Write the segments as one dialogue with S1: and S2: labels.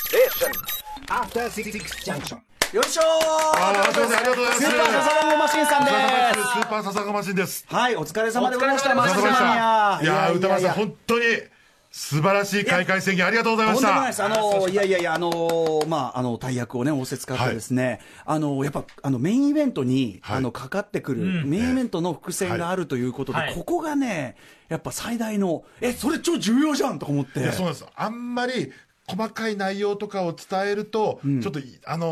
S1: Station.
S2: アフターシックスジャンクション。
S3: よいしょー
S4: あーすいませんありがとうございます
S3: スーパーササランゴマシンさんです
S4: スーパーササンゴマシンです。
S3: はい、お疲れ様でございました。
S1: お疲
S3: マ
S1: れ
S3: シ
S1: 様
S3: ンマ
S1: でございま
S3: ニ
S1: した
S3: ア。
S4: いやー、歌丸さん、
S3: とん
S4: 本当に素晴らしい開会宣言ありがとうございま
S3: で
S4: し
S3: もないです。
S4: た。
S3: あの、いやいやいや、あのー、まあ、あの、大役をね、仰せ使ってですね、あの、やっぱ、あの、メインイベントに、
S4: はい
S3: あの、かかってくる、メインイベントの伏線があるということで、
S5: はい
S3: ここがね、やっぱ最大の、え、それ超重要じゃんとか思って。
S4: いや、そうなんです。あんまり、細かい内容とかを伝えると、ちょっとい、あの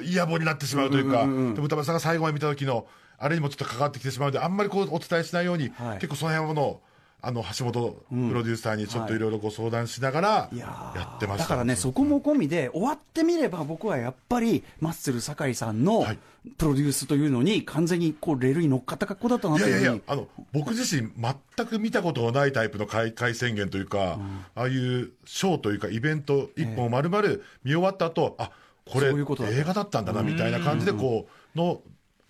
S4: ー、イヤボになってしまうというか、でも歌丸さんが最後まで見た時の、あれにもちょっと関わってきてしまうので、あんまりこう、お伝えしないように、
S3: はい
S4: 結構その辺はもの、あの、橋本プロデューサーにちょっといろいろご相談しながら、
S3: いやー
S4: やってました。
S3: だからね、そこも込みで、終わってみれば、僕はやっぱり、マッスル酒井さんの
S4: はい
S3: プロデュースというのに、完全にこうレールに乗っかった格好だったないと
S4: や
S3: い
S4: いうやい
S3: ふうに、
S4: やあの僕自身、全く見たことのないタイプの開会宣言というか、ああいうショーというか、イベント一本を丸々見終わった後、あこれ
S3: そういうことだった
S4: 映画だったんだなみたいな感じで、こうの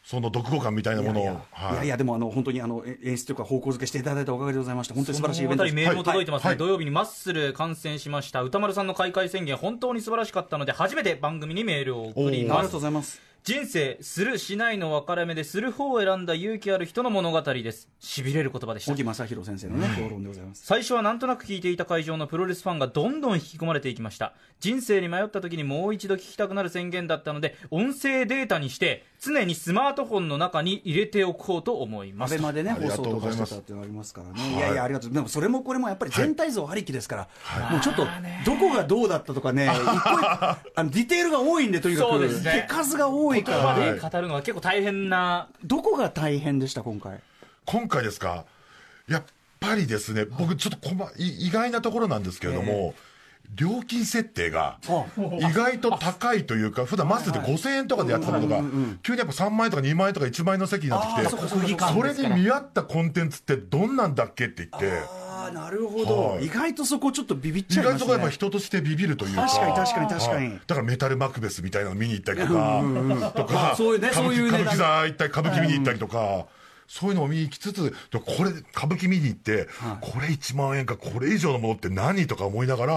S4: その読後感みたいないも
S3: や
S4: の
S3: い
S4: を
S3: や、
S4: はい
S3: いやいやでもあの本当にあのえ演出というか方向づけしていただいたおかげでございました本当に素晴らしいイベントです
S5: そのあたりメールも届いてますね、
S4: はい
S5: 土曜日にマッスル観戦しました歌丸さんの開会宣言本当に素晴らしかったので初めて番組にメールを送り
S3: はいありが
S5: ま
S3: とう
S5: す
S3: ございます
S5: 人生するしないの分かれ目でする方を選んだ勇気ある人の物語ですしびれる言葉でした
S3: 沖正弘先生のね討論でございます
S5: 最初はなんとなく聞いていた会場のプロレスファンがどんどん引き込まれていきました人生に迷った時にもう一度聞きたくなる宣言だったので音声データにして常にスマートフォンの中に入れておこうと思いま
S3: ア
S5: す
S3: ベマでね
S4: あり
S3: 放
S4: が
S3: 送
S4: とう
S3: と
S4: ござ
S3: か
S4: い
S3: して
S4: ます
S3: たっていうのがありますからねいやいやありがとうでもそれもこれもやっぱり全体像ありきですから、もうちょっとどこがどうだったとかね一個一個あのディテールが多いんでとにか
S5: そう
S3: く、
S5: ですね
S3: 手数が多いか
S5: 言
S3: ら
S5: 葉
S4: はい
S5: で語るのは結構大変な
S3: どこが大変でした今回
S4: 今回ですか、やっぱりですね、僕、ちょっとこまい意外なところなんですけれども、料金設定が
S3: あ
S4: 意外と高いというか、普段マスで5000円とかでやってたものが、急にやっぱ3万円とか2万円とか1万円の席になって
S3: あー
S4: き
S3: そ
S4: て
S3: っかそっかそっ、か
S4: それに見合ったコンテンツってどんなんだっけって言って、
S3: ああなるほど、
S4: はい
S3: 意外とそこちょっとビビっ
S4: 意
S3: ちゃい
S4: 外
S3: ま
S4: と
S3: すね
S4: そこはやっぱ人としてビビるというか。
S3: 確かに確かに確か
S4: は
S3: に
S4: いだからメタルマクベスみたいなの見に行ったりとか、と
S3: まあ
S4: か、
S3: そういうね
S4: 歌舞
S3: そういう
S4: 伎歌
S3: ね
S4: 舞伎座行ったり、歌舞伎見に行ったりとか、そういうのを見に行きつつ、でもこれ、歌舞伎見に行って、これ1万円か、これ以上のものって何とか思いながら、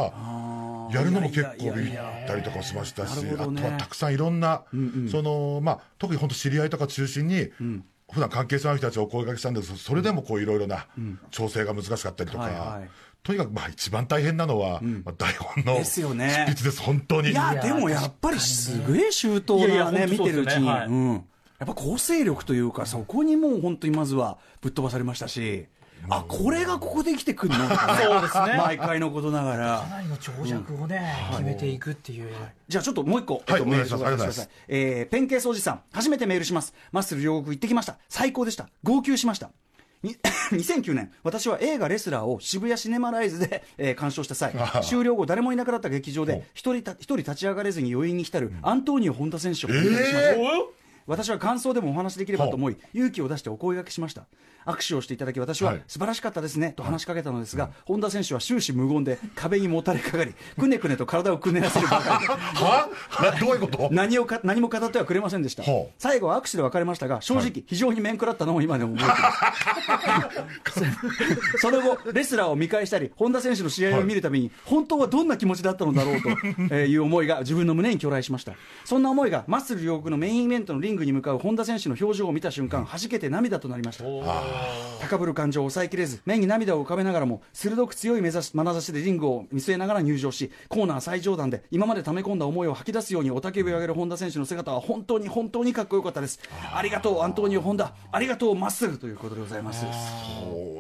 S4: やるのも結
S3: いや
S4: 構
S3: いやい
S4: 見
S3: やいや
S4: たりとかしましたし、
S3: なるほ
S4: あと
S3: どね
S4: はたくさんいろんな、その、まあ、特に本当知り合いとか中心に、普段関係性のある人たちをお声掛けしたんですけど、それでもこういろいろな調整が難しかったりと
S3: はいは
S4: か
S3: い、
S4: とにかくまあ一番大変なのは、まあ台本の
S3: で
S4: 執
S3: すよね
S4: 筆です、本当に。
S3: いやでもやっぱりすげえ周到
S5: いやいや
S3: な
S5: 本当
S3: ね見てるうち
S5: そうですよ
S3: に、
S5: ねはい
S3: うん、やっぱ構成力というかそこにもう本当にまずはぶっ飛ばされましたしあこれがここで生きてくるの
S5: そうですね
S3: 毎回のことながら
S5: なりの長尺をね、決めていくっていう、
S3: じゃあちょっともう一個、えっと
S4: お願いします
S3: メール紹介させてくださいえーペンケースおじさん初めてメールしますマッスル両国行ってきました最高でした号泣しましたに 2009年私は映画「レスラー」を渋谷シネマライズで、えー鑑賞した際終了後誰もいなくなった劇場で一人た一人立ち上がれずに余韻に浸るアントーニオ本田選手を
S4: え
S3: 見ました
S4: え
S3: 私は感想でもお話しできればと思い、勇気を出してお声掛けしました握手をしていただき私は、
S4: はい
S3: 素晴らしかったですねと話しかけたのですが、本田選手は終始無言で壁にもたれかかりくねくねと体をくねらせるばかりで
S4: はなどういうこと
S3: 何をか何も語ってはくれませんでした
S4: ほう
S3: 最後は握手で別れましたが正直、非常に面食らったのを今でも覚えています その後レスラーを見返したり本田選手の試合を見るたびに、本当はどんな気持ちだったのだろう とえーいう思いが自分の胸に去来しましたそんな思いがマッスル両国のメインイベントのリングに向かう本田選手の表情を見た瞬間弾けて涙となりました高ぶる感情を抑えきれず目に涙を浮かべながらも鋭く強い目指し眼差しでリングを見据えながら入場しコーナー最上段で今まで溜め込んだ思いを吐き出すように雄たけびを上げる本田選手の姿は本当に本当にかっこよかったですありがとうアントニオ本田ありがとうまっすぐということでございます
S4: そ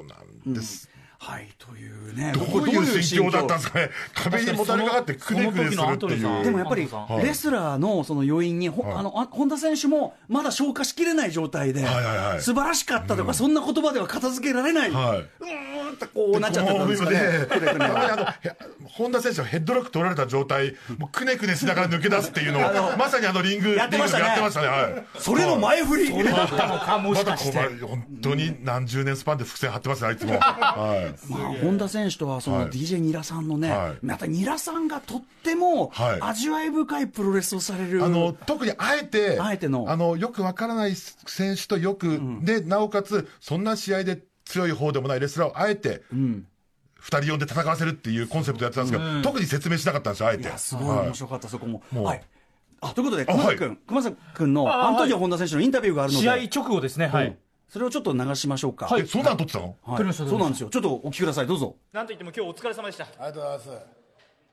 S4: うなんです。
S3: はいというね
S4: どういう心境だったんですかね壁にもたれかかってくねくねするって
S5: 確かにその時のアントニーさん
S3: で
S4: い
S3: も
S4: う。
S3: やっぱり
S5: 安藤
S4: さん
S3: レスラーのその余韻に、ほ
S4: はい
S3: あのあ本田選手もまだ消化しきれない状態で、
S4: はいはいはい
S3: 素晴らしかったとか、そんな言葉では片付けられない、
S4: はいう
S3: ーんってこうなっちゃってたんですかね、
S4: もう
S3: くねくね
S4: あのへ本田選手のヘッドロック取られた状態、もうくねくねしながら抜け出すっていうのを、まさにあのリング、
S3: やってましたね
S4: リングでやってましたね。はい
S3: それの前振り、
S4: まだこう本当に何十年スパンで伏線張ってますね、あい つも。はい
S3: まあ、本田選手とはそ
S4: は
S3: の
S4: い
S3: DJ ニラさんのね、
S4: はい
S3: またニラさんがとっても
S4: はい
S3: 味わい深いプロレスをされる、
S4: あの特にあえて
S3: あえての
S4: あのよくわからない選手とよく、でなおかつそんな試合で強い方でもないレスラーをあえて、二人呼んで戦わせるっていうコンセプトやってたんですけど、特に説明しなかったんですよ、あえ
S3: い
S4: て。
S3: や、すごい
S4: はい
S3: 面白かった、そこも。
S4: もう
S3: はい。あ、ということで、
S4: あ
S3: 熊
S4: は
S3: 崎
S4: い
S3: 君、熊崎君の
S5: あ
S3: アントニオ・本田選手のインタビューがあるので、
S5: 試合直後ですね、は
S3: う
S5: い
S3: ん。それをちょっと流しましょうか。
S5: は
S4: え、そんなん撮ってたの
S3: はい
S5: 撮りました
S3: そうなんですよ。ちょっとお聞きください、どうぞ。
S5: なんといっても今日お疲れ様でした。
S1: ありがとうございます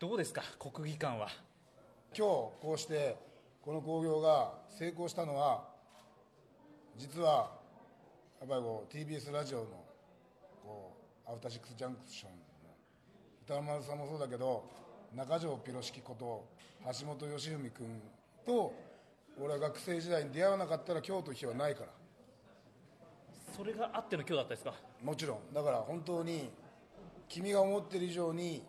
S5: どうですか、国技館は。
S1: 今日こうしてこの興行が成功したのは実はやっぱりこう TBS ラジオのこうアフターシックスジャンクションの歌丸さんもそうだけど中条ピロシキこと橋本良文君と俺は学生時代に出会わなかったら今日という日はないから
S5: それがあっての今日だったですか。
S1: もちろんだから本当に君が思ってる以上に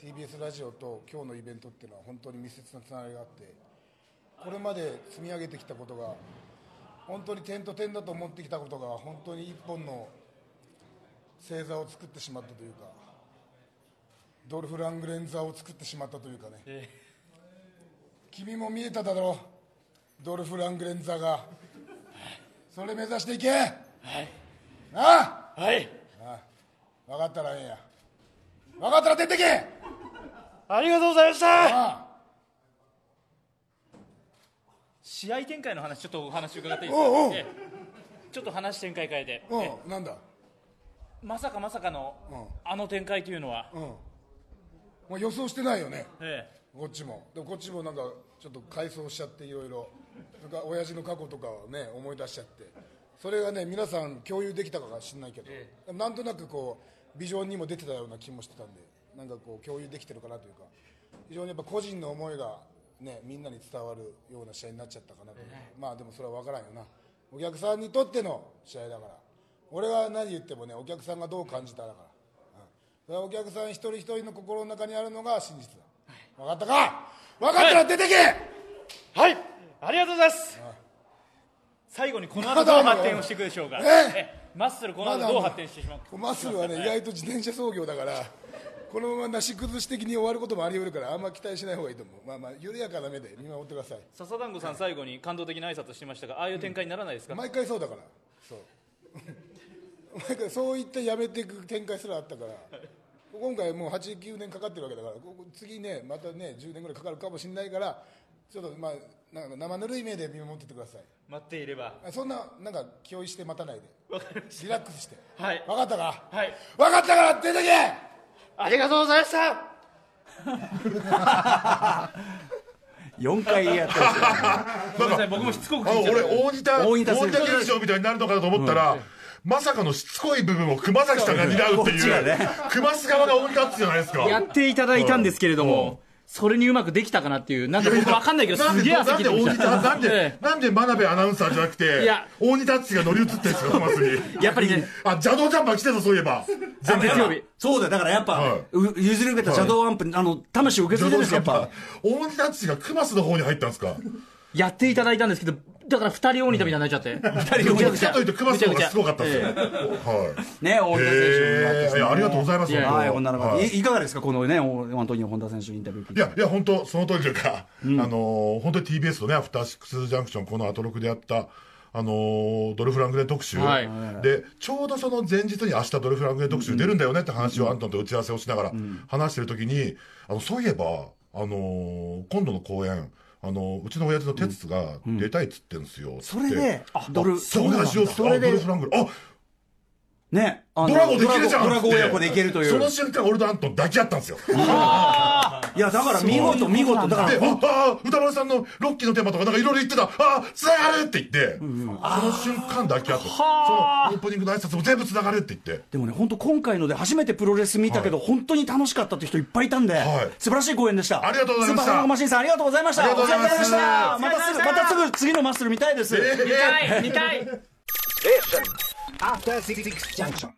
S1: TBS ラジオと今日のイベントっていうのは本当に密接なつながりがあってこれまで積み上げてきたことが本当に点と点だと思ってきたことが本当に一本の星座を作ってしまったというかドルフ・ラングレン座を作ってしまったというかね、
S5: え
S1: 君も見えただろうドルフ・ラングレン座がそれ目指していけはいああ
S5: はい。
S1: 分かったらええんや分かったら出てけ
S5: ありがとうございました。
S1: ああ
S5: 試合展開の話、ちょっとお話伺っていいですか。
S1: おうおう
S5: ええちょっと話展開変えて。え
S1: うんなんだ
S5: えまさかまさかの、あの展開というのは。
S1: もう予想してないよね
S5: ええ
S1: こっちもでもこっちもなんかちょっと改装しちゃっていろいろなんか親父の過去とかをね思い出しちゃってそれがね皆さん共有できたかが知んないけど、でもなんとなくこうビジョンにも出てたような気もしてたんでなんかこう共有できてるかなというか非常にやっぱ個人の思いがねみんなに伝わるような試合になっちゃったかなと、まあでもそれは分からんよなお客さんにとっての試合だから俺が何言ってもねお客さんがどう感じただからそれはお客さん一人一人の心の中にあるのが真実だ、分かったか分かったら出てけ、
S5: はい、ありがとうございます。最後にこの後
S1: まだ
S5: どう
S1: ある
S5: 発展をしていくでしょうか。
S1: ええ
S5: ええマッスルこの
S1: まだあ
S5: 後
S1: る
S5: どう発展してしまう。
S1: マッスル はね意外と自転車操業だからこのままなし崩し的に終わることもあり得るからあんま期待しない方がいいと思うまあまあ緩やかな目で見守ってください
S5: 笹団子さん最後に感動的な挨拶してましたが、ああいう展開にならないですか。
S1: 毎回そうだからそう 毎回そういったやめていく展開すらあったから今回もう89年かかってるわけだからここ次ねまたね10年ぐらいかかるかもしれないからちょっとまあなんか生ぬるい目で見守っててください
S5: 待っていれば。
S1: そんな、なんか、気負いして待たないで。リラックスして。
S5: はい
S1: 分かったか
S5: はい。
S1: 分かったから出てけ
S5: ありがとうございました。
S3: 4回やってますよ
S5: ごめんなさい、僕もしつこく
S4: あの
S5: 聞いちゃった
S4: 俺、大仁田、
S3: 大
S4: 大
S3: 仁田
S4: 仁田
S3: 選手
S4: 劇場みたいになるのかなと思ったら、まさかのしつこい部分を熊崎さんが担うって
S3: そうこ
S4: い
S3: っ
S4: う、
S3: ちがね
S4: 熊須側が大仁田ってじゃないですか。
S5: やっていただいたんですけれども、それにうまくできたかなっていう、なんか僕わかんないけど、
S4: なん
S5: す
S4: で、
S5: げえ
S4: な
S5: 汗
S4: ん
S5: き
S4: で
S5: て
S4: 大
S5: ま
S4: 仁
S5: し
S4: 田、
S5: た。
S4: なんで
S5: え、
S4: なんで真鍋アナウンサーじゃなく
S5: い
S4: て
S5: や、
S4: 大仁田っちが乗り移ってるんですか、熊須に。
S5: えやっぱりね、
S4: あ、邪道ジャンパー来てた、そういえば。
S5: あ月曜日、
S3: そうだよ、だからやっぱ、
S4: はいう
S3: 譲り受けた邪道アンプ、あの、魂を受け継い
S4: 邪
S3: でるんですよ、や
S4: 道ジャン
S3: っ
S4: パー
S3: ぱ。。
S4: 大仁田っちが熊須の方に入ったんですか。
S5: やっていただいたんですけど、だから二人大仁田みたいになっちゃって。二
S4: どっちかというと熊須の方がすごかったですよね。はい。
S3: ね、大分選手になって
S4: え
S3: しま
S4: ーいや
S3: う
S4: ありがとうございます。
S5: いや
S3: はい、
S4: 本
S3: 女
S4: 当
S3: の子、、
S4: はいい
S3: いかがですか、このね、おアントニオ・本田選手のインタビュー聞い
S4: い
S3: て。
S4: や、いや、本当その通りというか、あのー、本当に TBS のね、アフターシックスジャンクション、このアトロクでやった、あのードルフラングレン特集、
S5: はい
S4: で、ちょうどその前日に明日ドルフラングレン特集出るんだよねって話をアントンと打ち合わせをしながら話してる時に、あの、そういえば、あのー今度の公演、あのーうちの親父の哲が出たいっつってんですよ、つって
S3: それで、ドル、
S4: そうお願いしようっつって
S3: それ
S4: あドル
S3: で
S4: フ、ラングレンあ
S3: ね、あの
S4: ドラゴンできるじゃん
S3: ドラゴンドラゴン親子でいけるとい
S4: そうの。瞬間俺とアントン抱き合ったんです よ
S3: いや、だから見事、見事、だか
S4: で、
S3: ら、
S4: あ、あ、歌丸さんのロッキーのテーマとかなんかいろいろ言ってた、あ、つながるって言って、その瞬間だけあと、そのオープニングの挨拶も全部つながるって言って、
S3: でもね、本当今回ので初めてプロレス見たけど、本当に楽しかったって人いっぱいいたんで、
S4: はい
S3: 素晴らしい公演でした。
S4: ありがとうござ
S3: ス
S4: いました
S3: ーパーサンゴマシンさん、ありがとうございました。
S4: ありがとうございます
S3: お世話になりました。またすぐ、
S5: お世話になりました
S3: またすぐ次のマッスル見たいです。
S4: えー
S5: 見たい見たい
S2: After Six Junction.